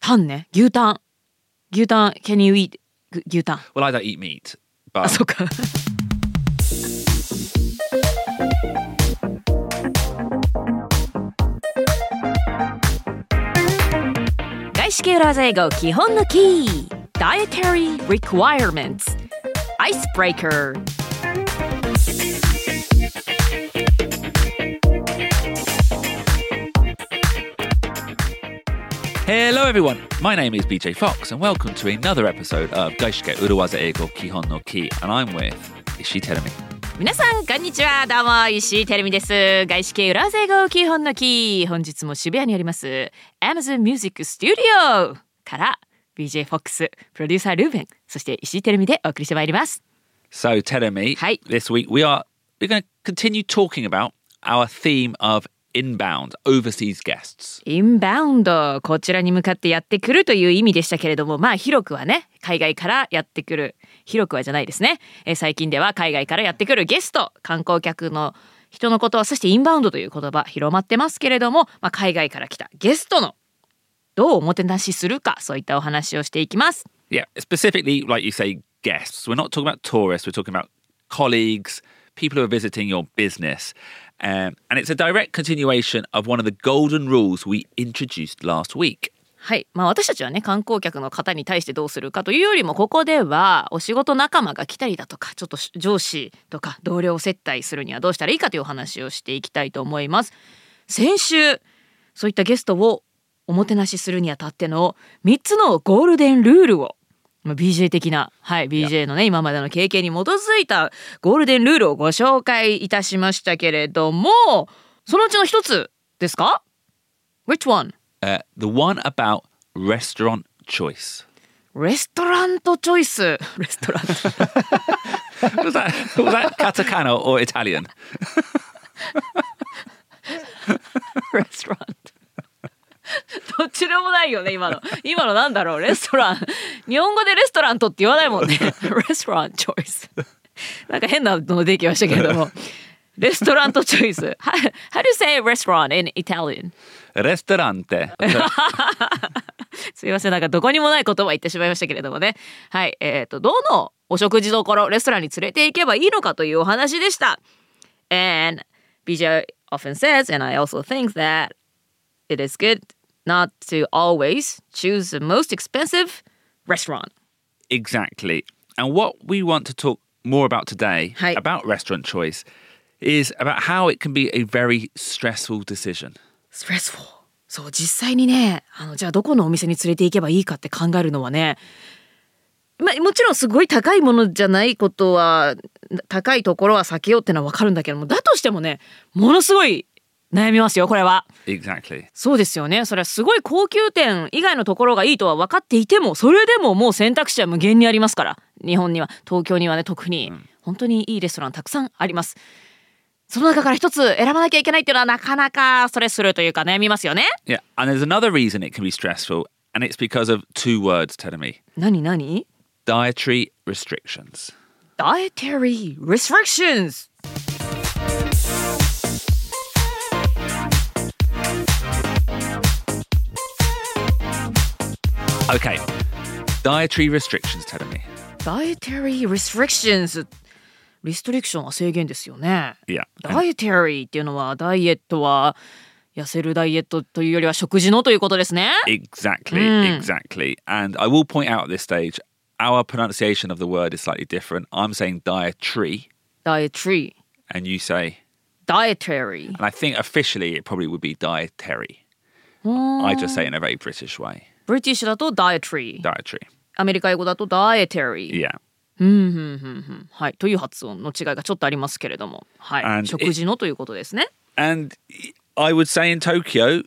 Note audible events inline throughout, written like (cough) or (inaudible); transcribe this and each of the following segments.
パンね牛タン牛タン can you eat ぐ牛タン Well, I don't eat meat, あ but そうか外資系裏技英語基本のキー Dietary requirements Icebreaker Hello everyone, my name is BJ Fox and welcome to another episode of Gaishike Uruwaza Ego Kihon no Ki and I'm with Ishii Terumi. 皆さんこんにちはどうも石井てるみです外資系裏技英語基本のキー本日も渋谷にあります Amazon Music Studio から BJ FOX プロデューサールーベンそして石井てるみでお送りしてまいります So Terumi, Hi. this week we are we're going to continue talking about our theme of inbound overseas guests. インバウンドこちらに向かってやってくるという意味でしたけれどもまあ広くはね海外からやってくる広くはじゃないですね、えー最近では海外からやってくるゲスト観光客の人のことを指してインバウンドという言葉広まってますけれども、まあ、海外から来たゲストのどうおもてなしするかそういったお話をしていきます。 Yeah, specifically like you say guests. We're not talking about tourists, we're talking about colleagues, people who are visiting your business. Um, and it's a direct continuation of one of the golden rules we introduced last week. はい、まあ、私たちはね観光客の方に対してどうするかというよりもここではお仕事仲間が来たりだとかちょっと上司とか同僚を接待するにはどうしたらいいかというお話をしていきたいと思います。先週そういったゲストをおもてなしするにあたっての3つのゴールデンルールをまあ BJ 的な、はい、BJ のね今までの経験に基づいたゴールデンルールをご紹介いたしましたけれどもそのうちの一つですか ?Which one? Uh, the one about restaurant choice. レストラントチョイス。レストラント。 Was that was that Katakana or Italian? (laughs) レストラント。どっちでもないよね、今の。今のなんだろう、レストラン。日本語でレストラントって言わないも (laughs) んね。レストランチョイス。なんか変なのできましたけれ (laughs) ども。レストラントチョイス。How, how do you say restaurant in Italian? Restaurante. So すいません、なんかどこにもない言葉言ってしまいましたけれどもね。はい、えっ、と、どのお食事どころ、レストランに連れて行けばいいのかというお話でした。And BJ often says, and I also think that it is good not to always choose the most expensive restaurant. exactly. And what we want to talk more about today Hi. about restaurant choice is about how it can be a very stressful decision. stressful そう実際にねあのじゃあどこのお店に連れて行けばいいかって考えるのはねまあもちろんすごい高いものじゃないことは高いところは避けようってのは分かるんだけどもだとしてもねものすごい悩みますよこれは Exactly. そうですよねそれはすごい高級店以外のところがいいとは分かっていてもそれでももう選択肢は無限にありますから日本には東京にはね特に本当にいいレストランたくさんありますその中から一つ選ばなきゃいけないっていうのはなかなかストレスするというか悩みますよね Yeah. And there's another reason it can be stressful, and it's because of two words, telling me. 何何 Dietary restrictions. Dietary restrictions Okay. Dietary restrictions, telling me. Dietary restrictions リストリクションは制限ですよね Yeah. And- ダイエタリーっていうのはダイエットは痩せるダイエットというよりは食事のということですね Exactly, Mm. exactly. And I will point out at this stage, our pronunciation of the word is slightly different. I'm saying dietary, dietary and you say, dietary and I think officially it probably would be dietary. I just say it in a very British way, ブリティッシュだと dietary dietary. アメリカ英語だと dietary Yeah, はいという発音の違いがちょっとありますけれどもは And い it- 食事のということですね and I would say in Tokyo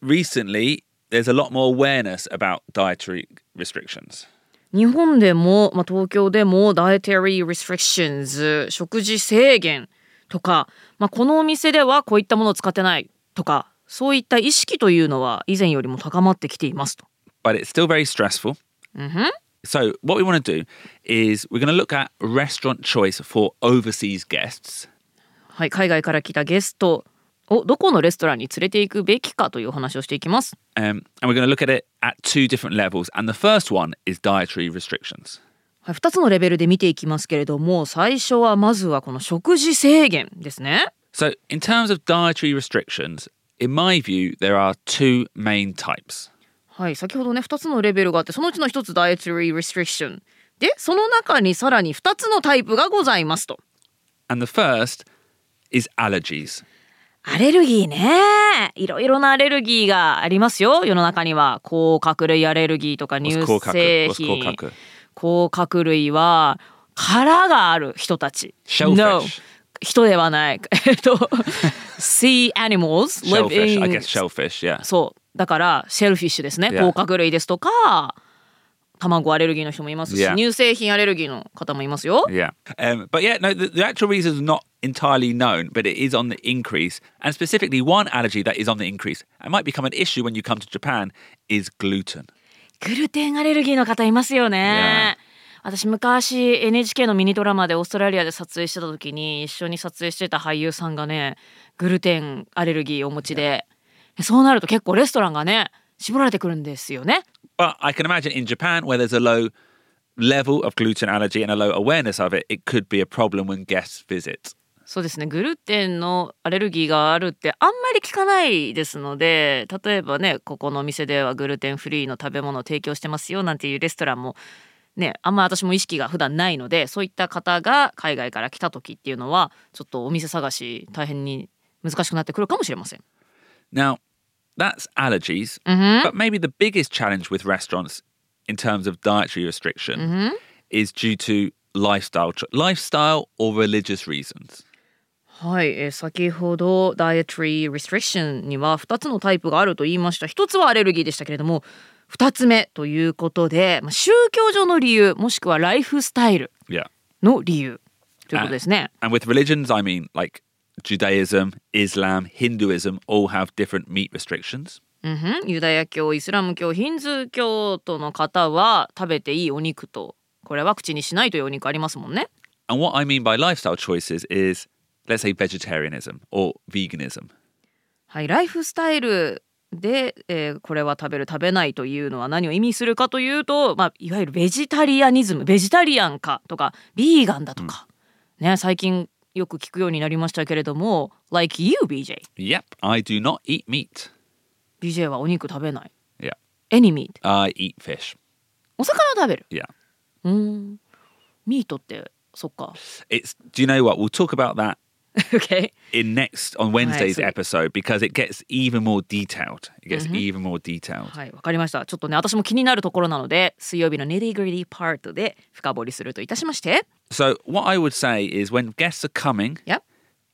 recently, there's a lot more awareness about dietary restrictions. 日本でも、まあ、東京でも dietary restrictions 食事制限とか、まあ、このお店ではこういったものを使ってないとかそういった意識というのは以前よりも高まってきていますと。 but it's still very stressful. So, what we want to do is we're going to look at restaurant choice for overseas guests. はい、海外から来たゲストをどこのレストランに連れて行くべきかというお話をしていきます。 Um, and we're going to look at it at two different levels. And the first one is dietary restrictions. はい、2つのレベルで見ていきますけれども最初はまずはこの食事制限ですね。 So, in terms of dietary restrictions, in my view, there are two main types. はい、先ほどね2つのレベルがあってそのうちの1つ dietary restriction でその中にさらに2つのタイプがございますと。 And the first is allergies. アレルギーねいろいろなアレルギーがありますよ世の中には甲殻類アレルギーとか乳 What's 製 what's 品 kokkaku? 甲殻類は殻がある人たち。 Shellfish. 人ではない。 (laughs) えっと、sea animals Shellfish, I living guess shellfish, yeah. そうだからシェルフィッシュですね Yeah. 甲殻類ですとか卵アレルギーの人もいますし Yeah. 乳製品アレルギーの方もいますよ Yeah. Um, but yeah, no, the, the actual reason is not entirely known, but it is on the increase. And specifically, one allergy that is on the increase and might become an issue when you come to Japan is gluten. グルテンアレルギーの方いますよね私昔 NHK のミニドラマでオーストラリアで撮影してた時に一緒に撮影してた俳優さんがねグルテンアレルギーをお持ちでそうなると結構レストランがね絞られてくるんですよね But I can imagine in Japan, where there's a low level of gluten allergy and a low awareness of it, it could be a problem when guests visit. そうですねグルテンのアレルギーがあるってあんまり聞かないですので例えばねここのお店ではグルテンフリーの食べ物を提供してますよなんていうレストランもねあんま私も意識が普段ないのでそういった方が海外から来た時っていうのはちょっとお店探し大変に難しくなってくるかもしれません。 Now, that's allergies, but maybe the biggest challenge with restaurants in terms of dietary restriction is due to lifestyle, cho- lifestyle or religious reasons. はい、えー先ほど dietary restriction には2つのタイプがあると言いました1つはアレルギーでしたけれども2つ目ということで、まあ、宗教上の理由もしくはライフスタイル Yeah. の理由ということですね。 And with religions, I mean like Judaism, Islam, Hinduism all have different meat restrictions. うんふん、ユダヤ教イスラム教ヒンズー教徒の方は食べていいお肉とこれは口にしないというお肉ありますもんね。 And what I mean by lifestyle choices is, let's say, vegetarianism or veganism. はい、ライフスタイルで、えーこれは食べる食べないというのは何を意味するかというと、まあ、いわゆるベジタリアニズムベジタリアンかとかビーガンだとか、ね最近よく聞くようになりましたけれども「like you BJ」 Yep, I do not eat meat. BJ はお肉食べない Yeah, 「any meat I eat fish. 」お魚を食べる Yeah. うーんミートってそっか (laughs) It's, do you know what? We'll talk about that OK in next on Wednesday's sweet. episode because it gets even more detailed. It gets even more detailed. はいわかりましたちょっとね私も気になるところなので水曜日のネディグリディパートで深掘りするといたしまして So what I would say is when guests are coming, Yep.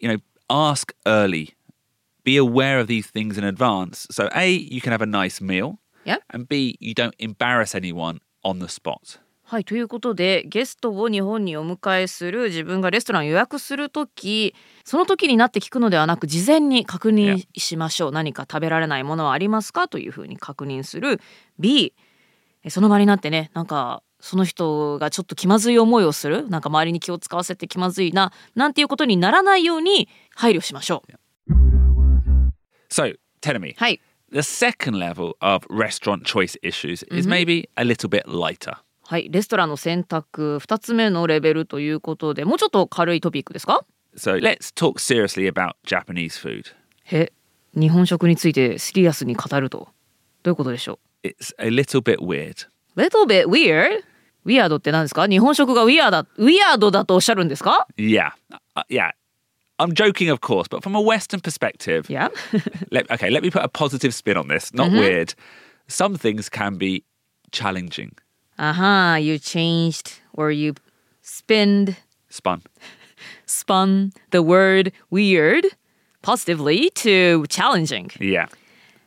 you know, ask early. Be aware of these things in advance. So A, you can have a nice meal. Yep. And B, you don't embarrass anyone on the spot. はいということでゲストを日本にお迎えする自分がレストランを予約する時その時になって聞くのではなく事前に確認しましょう、何か食べられないものはありますかというふうに確認する B えその場になってねなんかその人がちょっと気まずい思いをするなんか周りに気を使わせて気まずいななんていうことにならないように配慮しましょう。 So tell me, はい the second level of restaurant choice issues is maybe a little bit lighter. はい、レストランの選択2つ目のレベルということでもうちょっと軽いトピックですか So let's talk seriously about Japanese food. へ日本食についてシリアスに語るとどういうことでしょ It's a little bit weird. う ?Little bit weird? ウィアードって何ですか日本食がウィアーだウィアードだとおっしゃるんですか Yeah. Uh, yeah. I'm joking, of course, but from a Western perspective, いや (laughs) let, okay, let me put a positive spin on this. Not weird. Some things can be challenging. (laughs) Aha, you changed or you spend Spun. spun the word weird positively to challenging Yeah.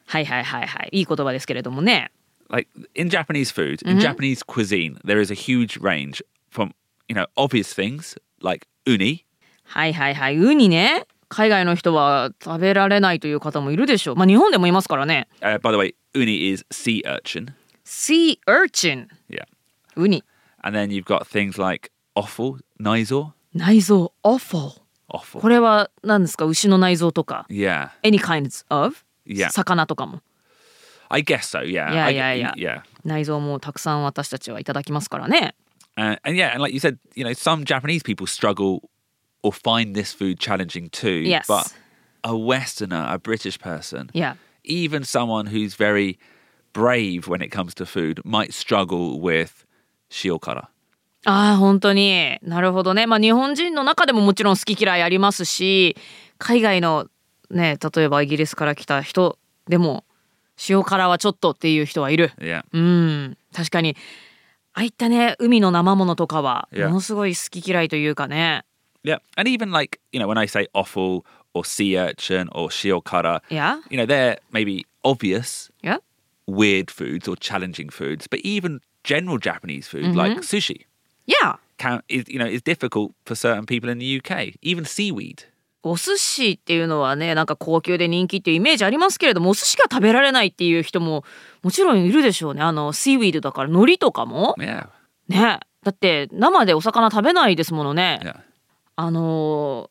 はいはいはいはいいい言葉ですけれどもね Like in Japanese food, in Japanese cuisine, there is a huge range from, you know, obvious things like uni. はいはいはいウニね海外の人は食べられないという方もいるでしょうまあ日本でもいますからね Uh, by the way, uni is sea urchin. Sea urchin Yeah. ウニ And then you've got things like offal, nizor. 内臓 awful Awful. これは何ですか牛の内臓とか Yeah. any kinds of Yeah. 魚とかも I guess so. Yeah. Yeah, I- yeah, yeah. Yeah. 内臓もたくさん私たちはいただきますからね。 Uh, and yeah, and like you said, you know, some Japanese people struggle or find this food challenging too. Yes. But a Westerner, a British person, Yeah. even someone who's very brave when it comes to food, might struggle with shiokara. ああ本当になるほどね。まあ日本人の中でももちろん好き嫌いありますし海外のね例えばイギリスから来た人でも塩辛はちょっとっていう人はいる。 Yeah. うん確かにああいったね海の生ものとかは Yeah. ものすごい好き嫌いというかね。 Yeah. And even like, you know, when I say offal or sea urchin or shiokara, Yeah. you know, they're maybe obvious Yeah. weird foods or challenging foods, but even general Japanese food Mm-hmm. like sushi Yeah. can is you know is difficult for certain people in the UK. Even seaweed. お寿司っていうのはねなんか高級で人気っていうイメージありますけれどもお寿司が食べられないっていう人ももちろんいるでしょうねあのシーウィードだから海苔とかも Yeah, ねだって生でお魚食べないですものね yeah, あの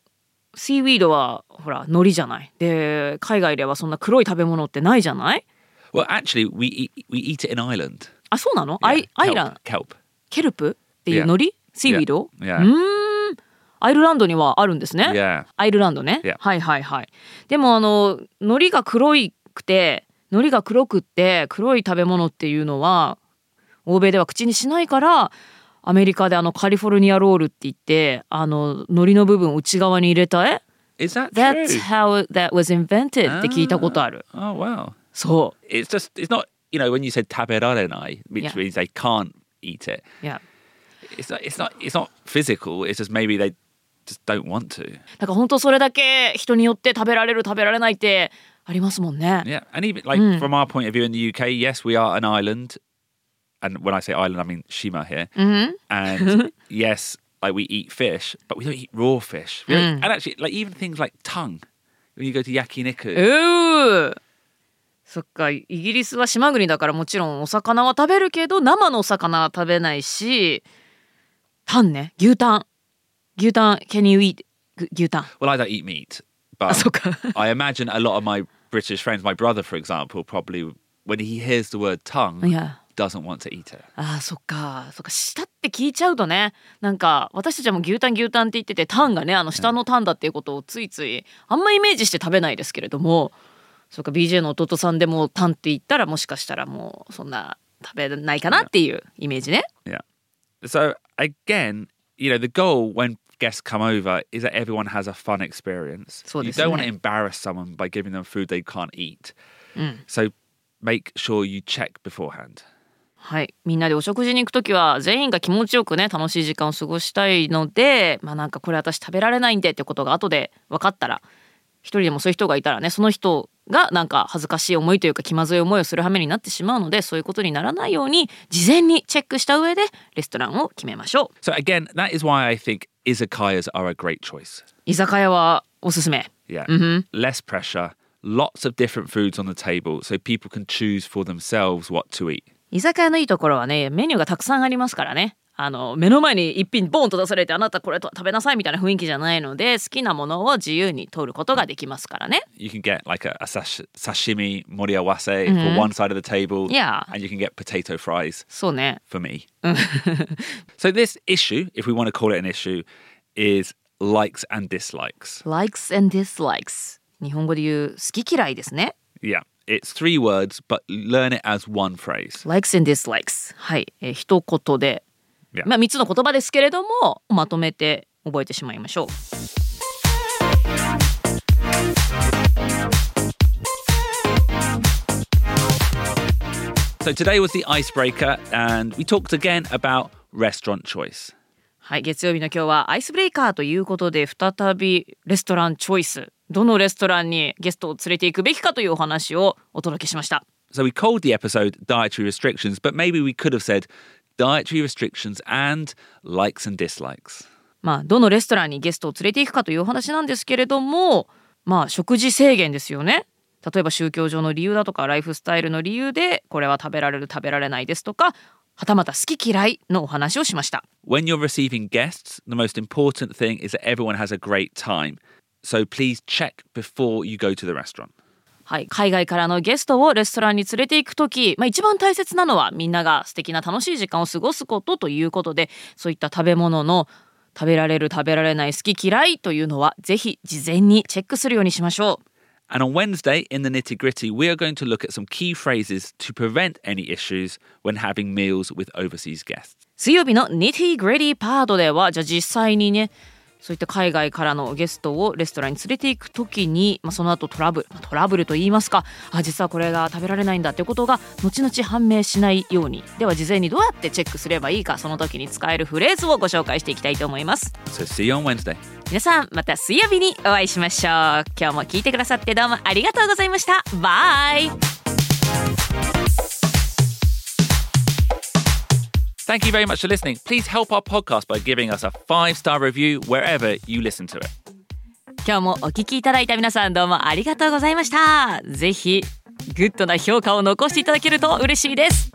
ーシーウィードはほら海苔じゃないで海外ではそんな黒い食べ物ってないじゃない Well, actually, we eat, we eat it in Ireland. あそうなの、 Yeah, アイアイラン kelp, kelp. ケルプっていう Yeah. 海苔シーウィード Yeah. うーんアイルランドにはあるんですね Yeah, アイルランドね。 Yeah. はいはいはい。でもあの海苔が黒いくて海苔が黒くって黒い食べ物っていうのは欧米では口にしないからアメリカであのカリフォルニアロールって言ってあの海苔の部分を内側に入れたえ is that That's true? how that was invented って聞いたことある。 Oh wow, そ it's just it's not you know when you said taberarenai, which Yeah. means they can't eat it. う。いや It's not it's not it's not physical. It's just maybe they just don't want to. だから本当それだけ人によって食べられる食べられないってありますもんね。 Yeah, and even like from our point of view in the UK, yes, we are an island, and when I say island, I mean Shima here. Mm-hmm. And yes, like we eat fish, but we don't eat raw fish. We don't- And actually, like even things like tongue, when you go to Oh. yakiniku, うーそっかイギリスは島国だからもちろんお魚は食べるけど生のお魚は食べないしタンね牛タン牛タン can you eat ぐ牛タン well, I don't eat meat, あ but そっか I imagine a lot of my British friends, my brother, for example, probably when he hears the word tongue, いや doesn't want to eat it. あーそっかそっか舌って聞いちゃうとねなんか私たちも牛タン牛タンって言っててタンがねあの下のタンだっていうことをついついあんまイメージして食べないですけれどもそっか BJ の弟さんでもタンって言ったらもしかしたらもうそんな食べないかなっていうイメージね。 Yeah. So again, you know, the goal when guests come over is that everyone has a fun experience. So you this don't is want to it. embarrass someone by giving them food they can't eat. So make sure you check beforehand. はい、みんなでお食事に行くときは全員が気持ちよくね楽しい時間を過ごしたいのでまあなんかこれ私食べられないんでってことが後で分かったら一人でもそういう人がいたらねその人がなんか恥ずかしい思いというか気まずい思いをする羽目になってしまうのでそういうことにならないように事前にチェックした上でレストランを決めましょう So again, that is why I think izakayas are a great choice. 居酒屋はおすすめ Yeah. Less pressure, lots of different foods on the table so people can choose for themselves what to eat. 居酒屋のいいところはねメニューがたくさんありますからねあの目の前に一品ボンと出されてあなたこれと食べなさいみたいな雰囲気じゃないので好きなものを自由に取ることができますからね You can get like a, a sash- sashimi moriawase for one side of the table. Yeah. And you can get potato fries そうね for me. (laughs) so this issue, if we want to call it an issue, is likes and dislikes. likes and dislikes 日本語で言う好き嫌いですね Yeah. It's three words, but learn it as one phrase. likes and dislikes はい、えー一言で、 Yeah. まあ3つの言葉ですけれどもまとめて覚えてしまいましょう So today was the icebreaker, and we talked again about restaurant choice. はい月曜日の今日はアイスブレイカーということで再びレストランチョイスどのレストランにゲストを連れていくべきかというお話をお届けしました So we called the episode Dietary Restrictions, but maybe we could have said Dietary Restrictions and Likes and Dislikes. まあどのレストランにゲストを連れていくかというお話なんですけれどもまあ食事制限ですよね例えば宗教上の理由だとかライフスタイルの理由でこれは食べられる食べられないですとかはたまた好き嫌いのお話をしました When you're receiving guests, the most important thing is that everyone has a great time. So please check before you go to the restaurant. はい、海外からのゲストをレストランに連れて行く時、まあ、一番大切なのはみんなが素敵な楽しい時間を過ごすことということでそういった食べ物の食べられる食べられない好き嫌いというのはぜひ事前にチェックするようにしましょう。 And on Wednesday, in the nitty gritty, we are going to look at some key phrases to prevent any issues when having meals with overseas guests. 水曜日のニティグレディパートではじゃあ実際にねそういった海外からのゲストをレストランに連れて行く時に、まあ、その後トラブルまあトラブルと言いますかあ実はこれが食べられないんだってことが後々判明しないようにでは事前にどうやってチェックすればいいかその時に使えるフレーズをご紹介していきたいと思います So see you on Wednesday. 皆さんまた水曜日にお会いしましょう今日も聞いてくださってどうもありがとうございましたバイ Thank you very much for listening. Please help our podcast by giving us a five star review wherever you listen to it. 今日もお聞きいただいた皆さんどうもありがとうございましたぜひグッドな評価を残していただけると嬉しいです